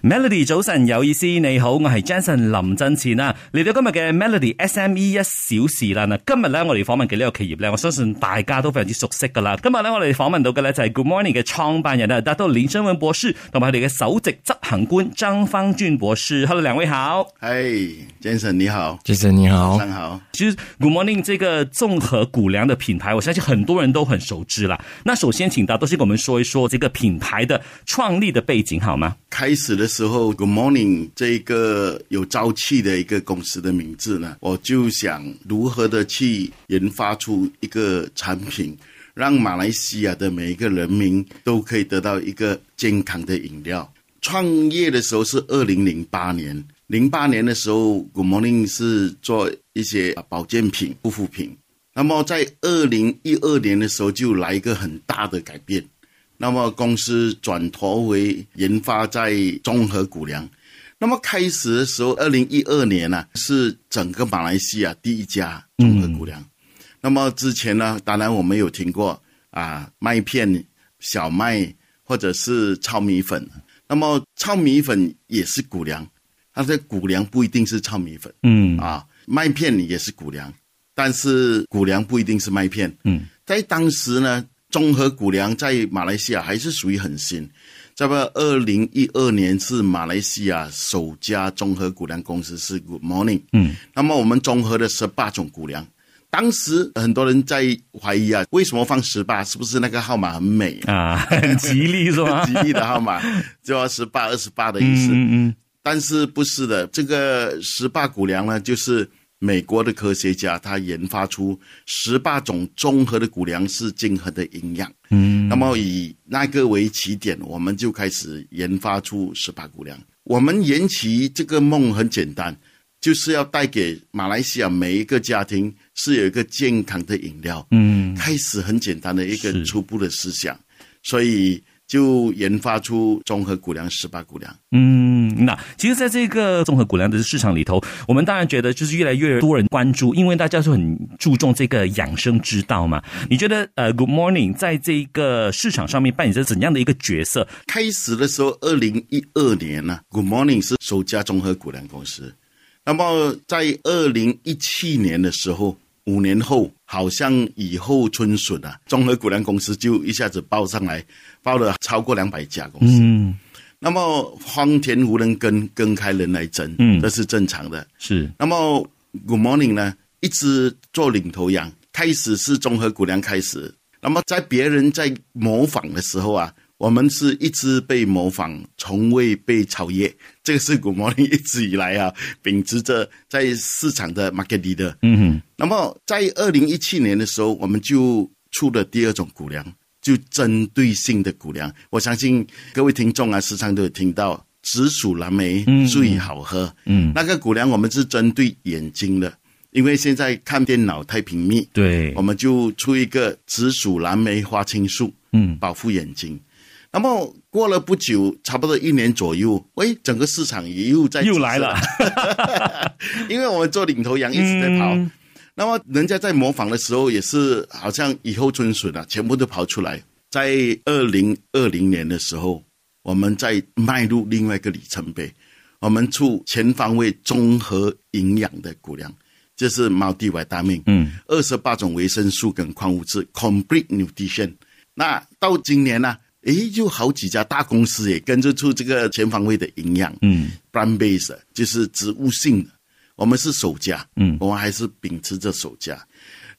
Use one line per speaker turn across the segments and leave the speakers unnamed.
Melody 早晨有意思，你好，我係 Jason 林振前啊，嚟到今日嘅 Melody SME 一小時啦。嗱，今日咧我哋訪問嘅呢個企業咧，我相信大家都非常之熟悉噶啦。今日咧我哋訪問到嘅咧就係 Good Morning 嘅創辦人啊，達到連昌永博士同埋佢哋嘅首席執行官張方俊博士。Hello，兩位好。
嗨，Jason 你好，
先生你好
早，上好。
其实 Good Morning 这个综合谷粮的品牌，我相信很多人都很熟知啦。那首先，请达多先给我们说一说这个品牌的创立的背景好吗？
开始的时候，Good Morning 这一个有朝气的一个公司的名字呢，我就想如何的去研发出一个产品，让马来西亚的每一个人民都可以得到一个健康的饮料。创业的时候是二零零八年，零八年的时候，Good Morning 是做一些保健品、护肤品。那么在二零一二年的时候，就来一个很大的改变。那么公司转投为研发在综合谷粮。那么开始的时候，二零一二年呢、啊是整个马来西亚第一家综合谷粮。那么之前呢，当然我们有听过啊，麦片、小麦或者是糙米粉。那么糙米粉也是谷粮，它的谷粮不一定是糙米粉。
嗯
啊，麦片也是谷粮，但是谷粮不一定是麦片。
嗯，
在当时呢，综合谷粮在马来西亚还是属于很新。这个二零一二年是马来西亚首家综合谷粮公司是 Good Morning。
嗯，
那么我们综合了十八种谷粮。当时很多人在怀疑啊，为什么放十八？是不是那个号码很美、 啊，
啊，很吉利是 吗？
吉利的号码，就要十八、二十八的意思。
嗯嗯
但是不是的，这个十八谷粮呢，就是美国的科学家他研发出十八种综合的谷粮是均衡的营养。
嗯，
那么以那个为起点，我们就开始研发出十八谷粮。我们延期这个梦很简单，就是要带给马来西亚每一个家庭是有一个健康的饮料。
嗯，
开始很简单的一
是
个初步的思想，所以就研发出综合谷粮十八谷粮。
嗯，那其实，在这个综合谷粮的市场里头，我们当然觉得就是越来越多人关注，因为大家都很注重这个养生之道嘛。你觉得呃，Good Morning 在这个市场上面扮演着怎样的一个角色？
开始的时候，二零一二年呢、g o o d Morning 是首家综合股粮公司。那么在二零一七年的时候，五年后，好像以后春笋啊，综合股粮公司就一下子报上来，报了超过两百家公司。
嗯，
那么荒田无人耕，耕开人来争，
嗯
这是正常的。
是，
那么 Good Morning 呢，一直做领头羊，开始是综合谷粮开始。那么在别人在模仿的时候啊，我们是一直被模仿，从未被超越。这个是 Good Morning 一直以来啊，秉持着在市场的 market leader。
嗯
那么在二零一七年的时候，我们就出了第二种谷粮，就针对性的谷粮。我相信各位听众啊，时常都有听到紫薯蓝莓
嗯
最好喝。
嗯，
那个谷粮我们是针对眼睛的，因为现在看电脑太频密，
对
我，们就出一个紫薯蓝莓花青素
嗯
保护眼睛。那么过了不久，差不多一年左右，喂，整个市场也又在
又来了，
因为我们做领头羊一直在跑。
嗯
那么人家在模仿的时候，也是好像以后春笋啊，全部都跑出来。在二零二零年的时候，我们在迈入另外一个里程碑，我们出全方位综合营养的谷粮，这是 multi vitamin，
嗯，
二十八种维生素跟矿物质 complete nutrition。那到今年呢、诶，有好几家大公司也跟着出这个全方位的营养，
嗯
，plant based 就是植物性的，我们是首家，
嗯
我们还是秉持着首家。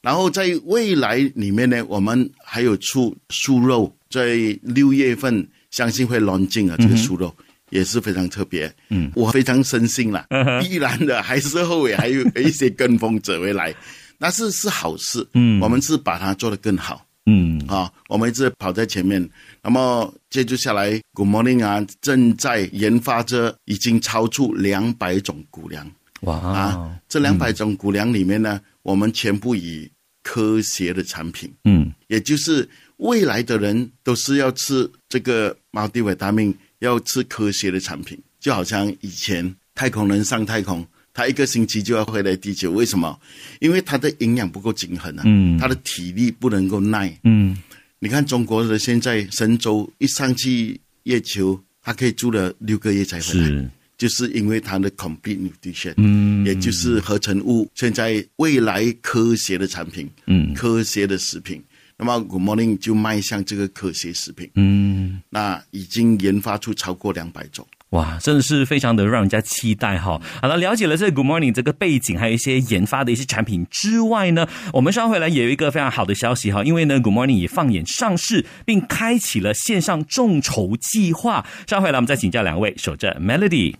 然后在未来里面呢，我们还有出酥肉，在六月份相信会 l a u n c h 啊，这个
嗯
酥肉。也是非常特别，嗯，我非常深信啦，
嗯
必然的，还是后尾还有一些跟风者会来，但是是好事，
嗯
我们是把它做得更好，
嗯
啊，我们一直跑在前面。那么接住下来，Good Morning 啊，正在研发着已经超出两百种谷粮
哇哦
啊。这两百种谷粮里面呢，我们全部以科学的产品，
嗯
也就是未来的人都是要吃这个 multi vitamin，要吃科学的产品，就好像以前太空人上太空。他一个星期就要回来地球，为什么？因为他的营养不够均衡啊，
嗯
他的体力不能够耐，
嗯
你看中国的现在神舟一上去月球，他可以住了六个月才回来。
是
就是因为它的 complete nutrition，嗯，也就是合成物。现在未来科学的产品，
嗯
科学的食品，那么 Good Morning 就迈向这个科学食品，
嗯，
那已经研发出超过两百种。
哇，真的是非常的让人家期待哈。好了，了解了这个 Good Morning 这个背景，还有一些研发的一些产品之外呢，我们稍回来也有一个非常好的消息哈，因为呢 Good Morning 也放眼上市，并开启了线上众筹计划。稍回来我们再请教两位，守着 Melody。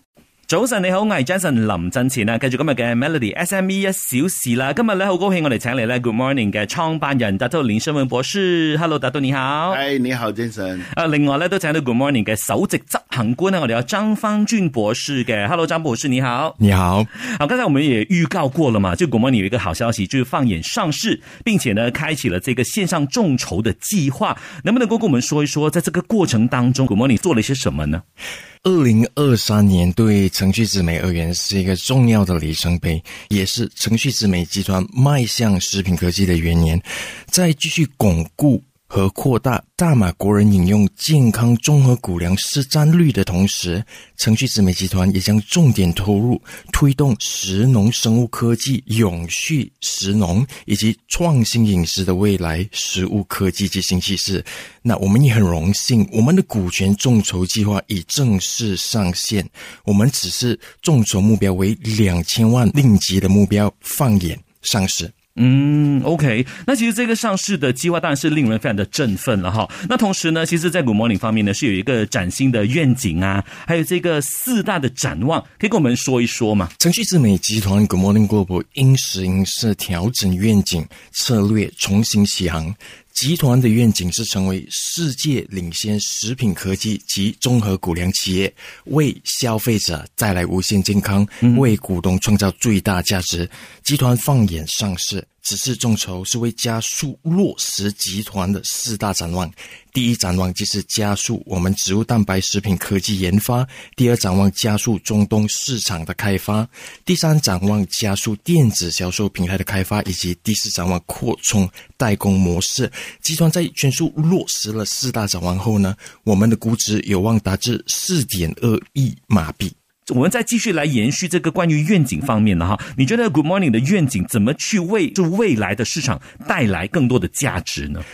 早晨，你好，我係 Jason 林振前啊，繼續今日嘅 Melody SME 一小時啦。今日咧好高興，我哋請嚟咧 Good Morning 嘅創辦人達都林生文博士。Hello，達都你好。
嗨，哎你哦好，先生。
啊，另外咧都請到 Good Morning 嘅首席執行官咧，我哋有張方俊博士嘅。Hello，張博士你好。
你好，
好，刚才我们也预告过了嘛，就 Good Morning 有一个好消息，就是放眼上市，并且呢开启了这个线上众筹的计划。能不能够跟我们说一说，在这个过程当中，Good Morning 做了一些什么呢？
二零二三年对程序之美而言是一个重要的里程碑，也是程序之美集团迈向食品科技的元年。在继续巩固和扩大大马国人饮用健康综合谷粮市占率的同时，程序之美集团也将重点投入推动食农生物科技、永续食农以及创新饮食的未来食物科技及新趋势。那我们也很荣幸，我们的股权众筹计划已正式上线。我们只是众筹目标为两千万令吉的目标，放眼上市。
嗯，OK，那其实这个上市的计划当然是令人非常的振奋了哈。那同时呢，其实，在 Good Morning 方面呢，是有一个崭新的愿景啊，还有这个四大的展望，可以跟我们说一说吗？
啊程序智美集团 Good Morning Global 因时因势调整愿景策略，重新起航。集团的愿景是成为世界领先食品科技及综合谷粮企业，为消费者带来无限健康，为股东创造最大价值。集团放眼上市，此次众筹是为加速落实集团的四大展望。第一展望就是加速我们植物蛋白食品科技研发；第二展望加速中东市场的开发；第三展望加速电子销售平台的开发；以及第四展望扩充代工模式。集团在全数落实了四大展望后呢，我们的估值有望达至四点二亿马币。
我们再继续来延续这个关于愿景方面了哈。你觉得 Good Morning 的愿景怎么去为就未来的市场带来更多的价值呢？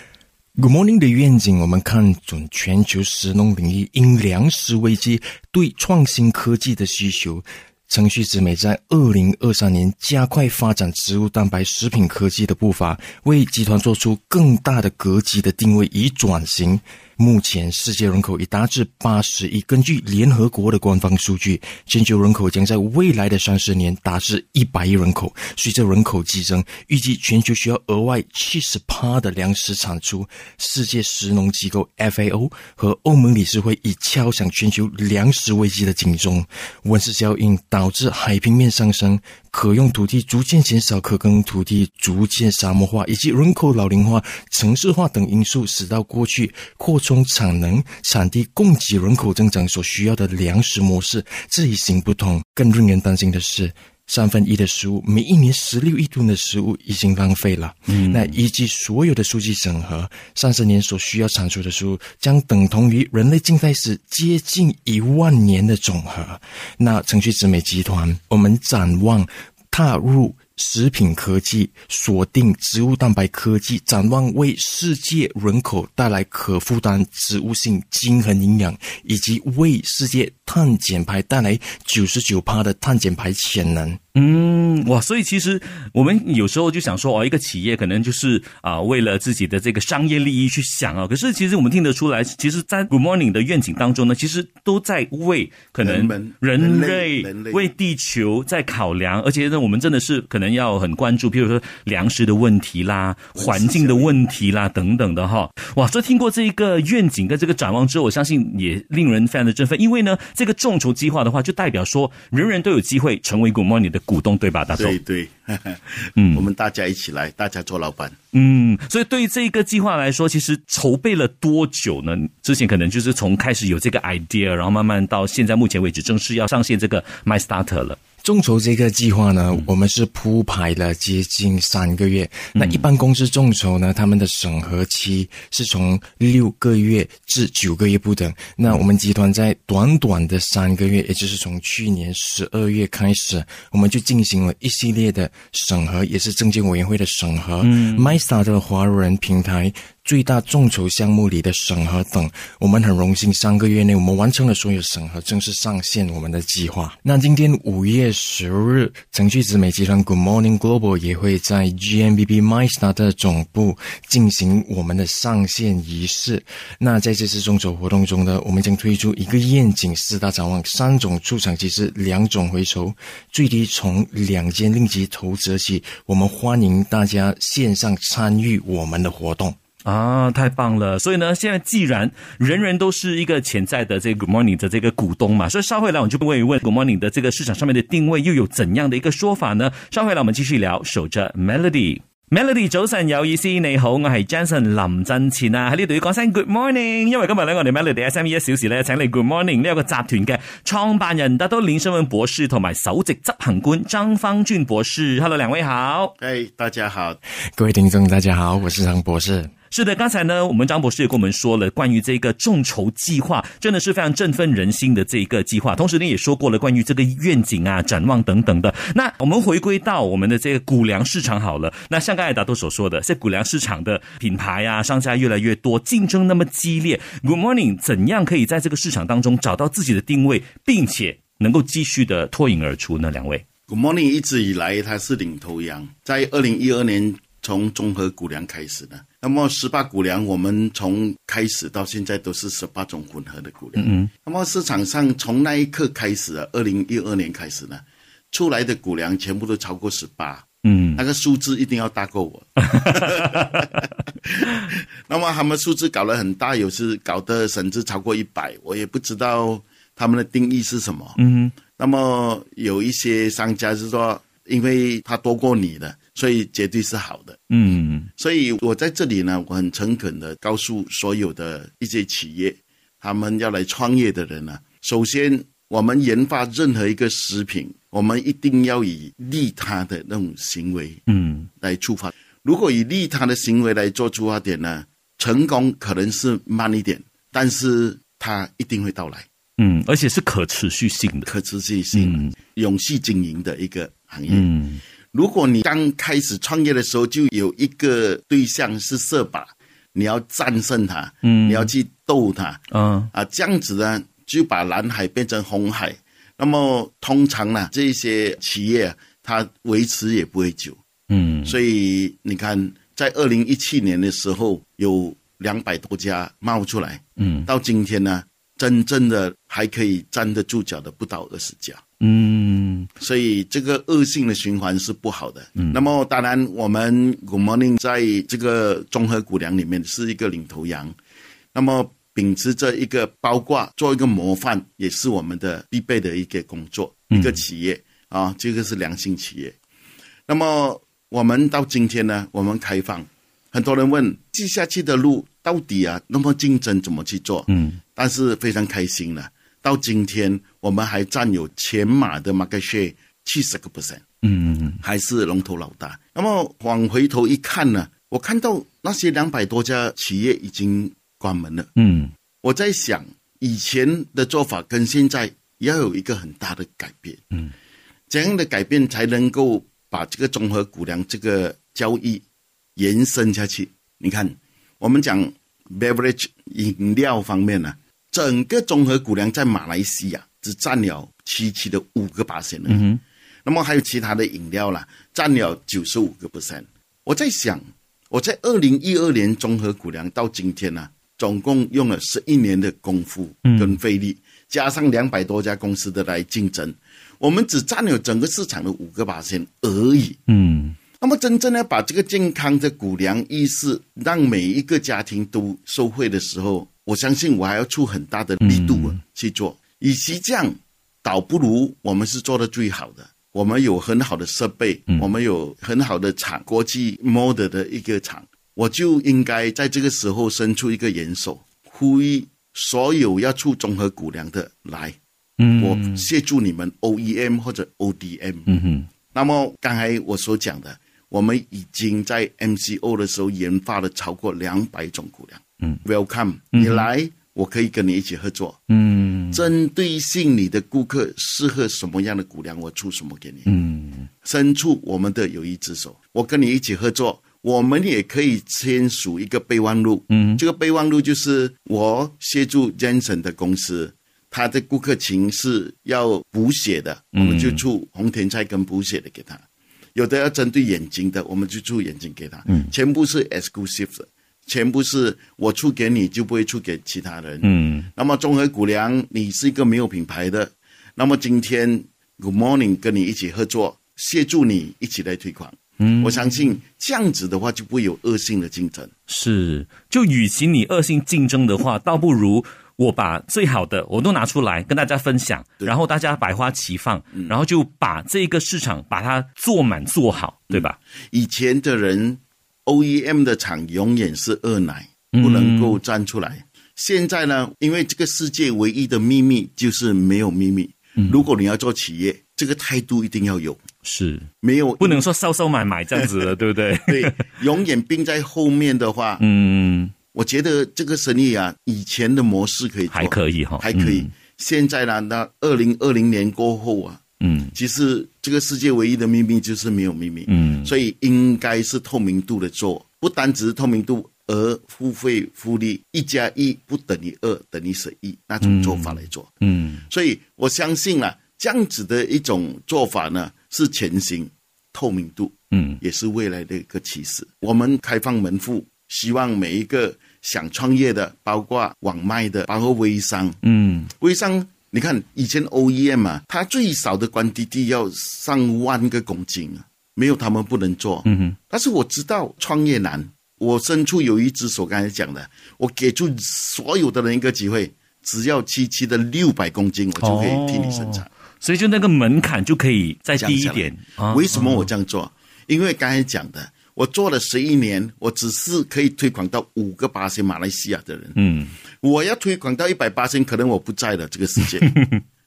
Good Morning 的愿景，我们看准全球食农领域因粮食危机对创新科技的需求。程序之美在二零二三年加快发展植物蛋白食品科技的步伐，为集团做出更大的格局的定位以转型。目前世界人口已达至八十亿，根据联合国的官方数据，全球人口将在未来的三十年达至一百亿人口。随着人口激增，预计全球需要额外七十趴的粮食产出。世界食农机构 FAO 和欧盟理事会已敲响全球粮食危机的警钟。温室效应导致海平面上升，可用土地逐渐减少，可耕土地逐渐沙漠化，以及人口老龄化、城市化等因素，使到过去扩充产能、产地供给人口增长所需要的粮食模式这一行不通。更令人担心的是。三分一的食物，每一年十六亿吨的食物已经浪费了。嗯，那依据所有的数据整合，三十年所需要产出的食物将等同于人类近代史接近一万年的总和。那程序之美集团，我们展望踏入食品科技，锁定植物蛋白科技，展望为世界人口带来可负担植物性均衡营养，以及为世界碳减排带来九十九帕的碳减排潜能。
嗯，哇，所以其实我们有时候就想说，哦，一个企业可能就是啊、为了自己的这个商业利益去想啊。可是其实我们听得出来，其实，在 Good Morning 的愿景当中呢，其实都在为可能
人们
人
人
类
类人类
为地球在考量，而且呢，我们真的是可能要很关注，譬如说粮食的问题啦、环境的问题啦等等的哈。哇，所以听过这一个愿景跟这个展望之后，我相信也令人非常的振奋，因为呢，这个众筹计划的话，就代表说人人都有机会成为 Good Morning 的股东，对吧，大总
对？ 对，嗯，我们大家一起来，大家做老板。
嗯，所以对于这个计划来说，其实筹备了多久呢？之前可能就是从开始有这个 idea，然后慢慢到现在目前为止正式要上线这个 My Starter 了。
众筹这个计划呢，我们是铺排了接近三个月。那一般公司众筹呢，他们的审核期是从六个月至九个月不等。那我们集团在短短的三个月，也就是从去年十二月开始，我们就进行了一系列的审核，也是证监委员会的审核。嗯，MyStar 的华人平台。最大众筹项目里的审核等，我们很荣幸，三个月内我们完成了所有审核，正式上线我们的计划。那今天五月十日，程序直美集团 Good Morning Global 也会在 GMBB MyStar 的总部进行我们的上线仪式。那在这次众筹活动中呢，我们将推出一个愿景四大展望，三种出场机制，两种回酬，最低从两千令吉投资起。我们欢迎大家线上参与我们的活动。
啊，太棒了！所以呢，现在既然人人都是一个潜在的这个 Good Morning 的这个股东嘛，所以稍后来我们就问一问 Good Morning 的这个市场上面的定位又有怎样的一个说法呢？稍后来我们继续聊，守着 Melody。Melody 早晨有意思，你好，我系 Jason 林振前啊，喺呢度要讲声 Good morning，因为今日咧我哋 Melody SME 一小时咧請嚟 Good morning 呢一個集團嘅創辦人拿督林生文博士同埋首席執行官張方俊博士，Hello 兩位好。
哎，大家好，
各位听众，大家好，我是张博士。
是的，刚才呢，我们张博士也跟我们说了关于这个众筹计划，真的是非常振奋人心的这个计划。同时呢，也说过了关于这个愿景啊、展望等等的。那我们回归到我们的这个谷粮市场好了。那像刚才达都所说的，在谷粮市场的品牌啊、商家越来越多，竞争那么激烈，Good Morning 怎样可以在这个市场当中找到自己的定位，并且能够继续的脱颖而出呢？两位
Good Morning 一直以来它是领头羊，在二零一二年从综合谷粮开始的。那么十八谷粮，我们从开始到现在都是十八种混合的谷粮。嗯那么市场上从那一刻开始啊，二零一二年开始呢，出来的谷粮全部都超过十八。嗯，那个数字一定要大过 我。那么他们数字搞得很大，有时搞得甚至超过一百，我也不知道他们的定义是什么。嗯，那么有一些商家是说，因为他多过你的，所以绝对是好的。
嗯
所以我在这里呢，我很诚恳的告诉所有的一些企业，他们要来创业的人呢、啊首先我们研发任何一个食品，我们一定要以利他的那种行为
嗯
来出发。如果以利他的行为来做出发点呢，成功可能是慢一点，但是它一定会到来，
嗯，而且是可持续性的。
可持续性、永续经营的一个行业。
嗯
如果你刚开始创业的时候就有一个对象是色靶，你要战胜它，嗯，你要去斗它
啊
啊，这样子呢就把蓝海变成红海。那么通常呢，这些企业啊它维持也不会久，
嗯
所以你看，在二零一七年的时候有两百多家冒出来，
嗯
到今天呢，真正的还可以站得住脚的不到二十家。
嗯。
所以这个恶性的循环是不好的。嗯，那么当然，我们 Good Morning 在这个综合谷粮里面是一个领头羊，那么秉持着一个包括做一个模范，也是我们的必备的一个工作，一个企业啊，这个是良性企业。那么我们到今天呢，我们开放，很多人问继下去的路到底啊，那么竞争怎么去做？嗯，但是非常开心了，到今天我们还占有全马的 market share 七十个 percent，
嗯
还是龙头老大。那么往回头一看呢，我看到那些两百多家企业已经关门了。
嗯
我在想，以前的做法跟现在要有一个很大的改变。嗯，怎样的改变才能够把这个综合谷粮这个交易延伸下去？你看，我们讲 beverage 饮料方面呢、整个综合谷粮在马来西亚只占了七七的五个八仙了。嗯那么还有其他的饮料啦，占了九十五个 percent。我在想，我在二零一二年综合谷粮到今天呢、啊总共用了十一年的功夫跟费力，加上两百多家公司的来竞争，我们只占有整个市场的五个八千而已。
嗯
那么，真正呢，把这个健康的谷粮意识，让每一个家庭都受惠的时候，我相信我还要出很大的力度啊去做。与其这样，倒不如我们是做的最好的。我们有很好的设备，我们有很好的厂，国际 model 的一个厂，我就应该在这个时候伸出一个援手，呼吁所有要出综合谷粮的来，嗯，我协助你们 OEM 或者 ODM。嗯哼。那么刚才我所讲的，我们已经在 MCO 的时候研发了超过两百种谷粮。嗯，Welcome，你来，我可以跟你一起合作。嗯，针对性你的顾客适合什么样的谷粮，我出什么给你。嗯，伸出我们的友谊之手，我跟你一起合作。我们也可以签署一个备忘录，嗯，这个备忘录就是我协助 Jensen 的公司，他的顾客群是要补血的，我们就出红甜菜跟补血的给他；有的要针对眼睛的，我们就出眼睛给他，嗯，全部是 exclusive 的，全部是我出给你，就不会出给其他人，嗯。那么综合谷粮，你是一个没有品牌的，那么今天 Good Morning 跟你一起合作，协助你一起来推广。嗯，我相信这样子的话就不会有恶性的竞争。
是，就与其你恶性竞争的话，倒不如我把最好的我都拿出来跟大家分享，然后大家百花齐放，然后就把这个市场把它做满做好，对吧？
以前的人 OEM 的厂永远是二奶，不能够站出来。现在呢，因为这个世界唯一的秘密就是没有秘密。如果你要做企业，这个态度一定要有，
是，
没有
不能说收收买买这样子的，对不对？
对，永远并在后面的话，
嗯，
我觉得这个生意啊，以前的模式可以做，
还可嗯以哈，
还可以。现在呢，那二零二零年过后啊，
嗯，
其实这个世界唯一的秘密就是没有秘密，
嗯，
所以应该是透明度的做，不单只是透明度，而付费复利一加一不等于二等于十一那种做法来做，
嗯，
所以我相信啊，这样子的一种做法呢，是前行透明度，
嗯，
也是未来的一个趋势。我们开放门户，希望每一个想创业的，包括网卖的，包括微商，
嗯，
微商。你看，以前 OEM 啊，它最少的关滴滴要上万个公斤啊，没有他们不能做。
嗯哼，
但是我知道创业难，我伸出有一只手，刚才讲的，我给出所有的人一个机会，只要七七的六百公斤，我就可以替你生产。
哦所以就那个门槛就可以再低一
降下来
点啊。
为什么我这样做？因为刚才讲的，我做了十一年，我只是可以推广到五个八千马来西亚的人。
嗯，
我要推广到一百八千，可能我不在了这个世 界，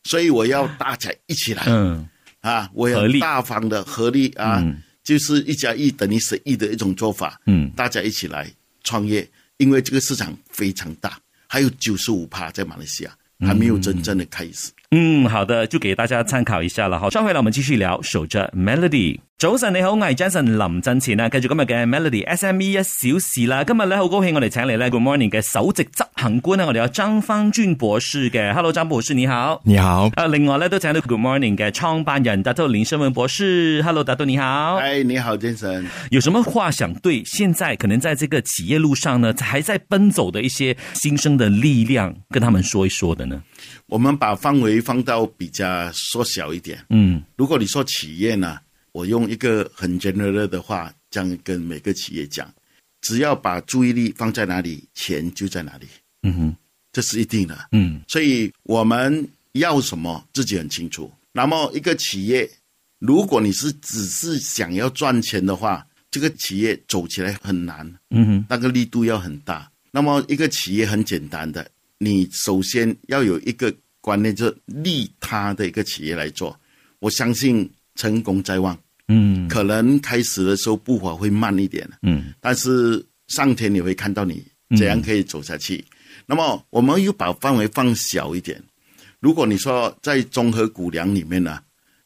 所以我要大家一起来。
嗯，
啊，我
合
有
力
大方的合力啊，就是一加一等于十一的一种做法。
嗯
大家一起来创业，因为这个市场非常大，还有九十五趴在马来西亚还没有真正的开始。
嗯，好的，就给大家参考一下啦。好，稍回来我们继续聊守着 Melody。早晨你好，我系 Jason 林振前啊，繼續今日嘅 Melody SME 一小時啦。今日咧好高興，我哋請嚟咧 Good Morning 嘅首席執行官啊，我哋有張方俊博士嘅。Hello，張博士你好。
你好，
啊，另外咧都請到 Good Morning 嘅創辦人達豆林生文博士。Hello，達豆你好。
嗨，哎你好，先生。
有什么话想对现在可能在这个企业路上呢，还在奔走的一些新生的力量，跟他们说一说的呢？
我们把范围放到比较缩小一点。
嗯
如果你说企业呢，我用一个很 general 的话，这样跟每个企业讲，只要把注意力放在哪里，钱就在哪里，
嗯哼
这是一定的。
嗯
所以我们要什么自己很清楚。那么一个企业，如果你是只是想要赚钱的话，这个企业走起来很难，
嗯哼
那个力度要很大。那么一个企业很简单的，你首先要有一个观念，就是利他的一个企业来做。我相信成功在望，
嗯
可能开始的时候步伐会慢一点，
嗯
但是上天也会看到你怎样可以走下去。那么我们又把范围放小一点。如果你说在综合谷粮里面呢，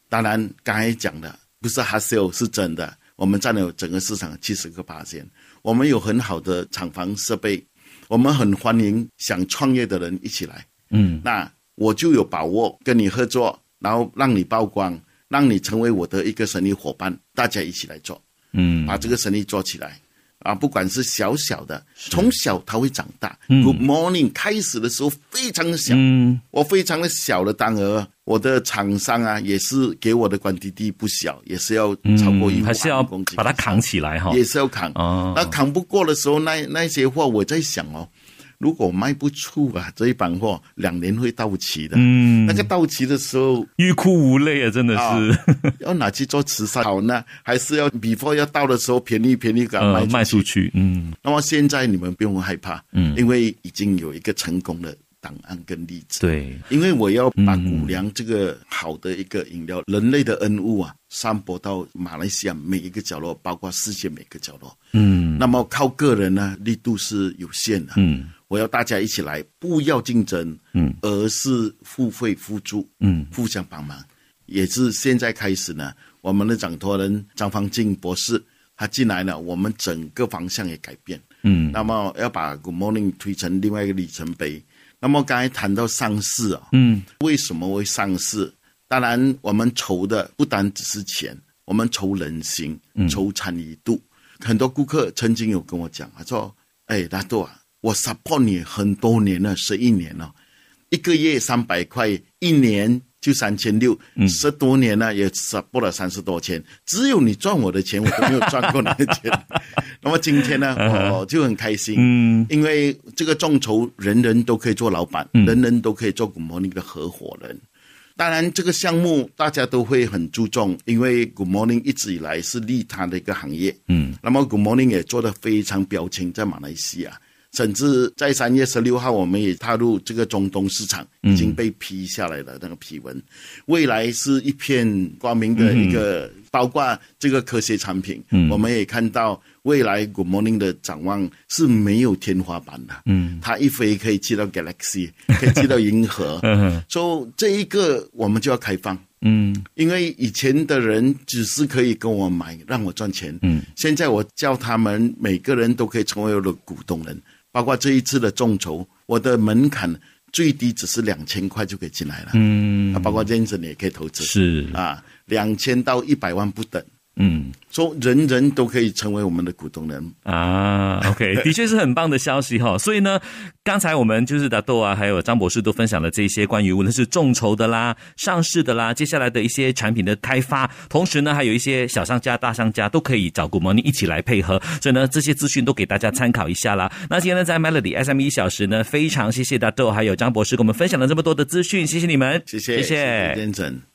当然刚才讲的不是哈 sale 是真的，我们占了整个市场七十个八千，我们有很好的厂房设备，我们很欢迎想创业的人一起来。
嗯
那我就有把握跟你合作，然后让你曝光，让你成为我的一个生意伙伴，大家一起来做。
嗯
把这个生意做起来。啊，不管是小小的，从小他会长大。Good morning，开始的时候非常小，
嗯
我非常的小的单额，我的厂商啊也是给我的关滴滴不小，也是要超过一
嗯还是要
万公斤，
把它扛起来哈。
也是要扛。
哦
那扛不过的时候，那那些货我在想哦，如果我卖不出啊，这一版货两年会到期的。
嗯，
那个到期的时 候，
欲哭无泪啊，真的是，
要拿去做慈善好呢，还是要 before 要到的时候便宜便宜给它
呃，
卖
卖
出
出
去
去，嗯
那么现在你们不用害怕，嗯，因为已经有一个成功的档案跟例子。
对，
因为我要把谷粮这个好的一个饮料，人类的恩物啊，散播到马来西亚每一个角落，包括世界每个角落。
嗯
那么靠个人呢，力度是有限的。
嗯
我要大家一起来，不要竞争，
嗯
而是互惠互助，
嗯
互相帮忙。也是现在开始呢，我们的掌舵人张方静博士他进来了，我们整个方向也改变。
嗯
那么要把 Good Morning 推成另外一个里程碑。那么刚才谈到上市啊，
嗯
为什么会上市？当然，我们愁的不单只是钱，我们愁人心，
嗯
愁参与度。很多顾客曾经有跟我讲，他说：“哎，拉豆啊，我 support 你很多年了，十一年了，一个月三百块，一年就三千六，十多年了也 support 了三十多千，只有你赚我的钱，我都没有赚过你的钱。那么今天呢，我就很开心，
嗯
因为这个众筹，人人都可以做老板，人人都可以做 Good Morning 的合伙人。当然，这个项目大家都会很注重，因为 Good Morning 一直以来是利他的一个行业。
嗯，
那么 Good Morning 也做得非常标清，在马来西亚，甚至在三月十六号，我们也踏入这个中东市场，
嗯
已经被批下来了那个批文，未来是一片光明的一个，包括这个科学产品，
嗯
我们也看到未来 Good Morning 的展望是没有天花板的，
嗯，，
它一飞可以去到 Galaxy，可以去到银河
嗯
所以这一个我们就要开放。
嗯
因为以前的人只是可以跟我买，让我赚钱。
嗯，
现在我叫他们每个人都可以成为我的股东人，包括这一次的众筹，我的门槛最低只是两千块就可以进来了。
嗯
啊，包括 Jensen 也可以投资
是
啊，两千到一百万不等，
嗯。
说人人都可以成为我们的股东人。
啊，OK，的 确是很棒的消息哈。所以呢，刚才我们就是达豆啊，还有张博士都分享了这些关于无论是众筹的啦、上市的啦，接下来的一些产品的开发，同时呢，还有一些小商家、大商家都可以找 Good Morning 一起来配合。所以呢，这些资讯都给大家参考一下啦。那今天呢，在 Melody SME 一小时呢，非常谢谢达豆还有张博士给我们分享了这么多的资讯，谢谢你们，
谢谢，
谢谢
谢谢 Jensen。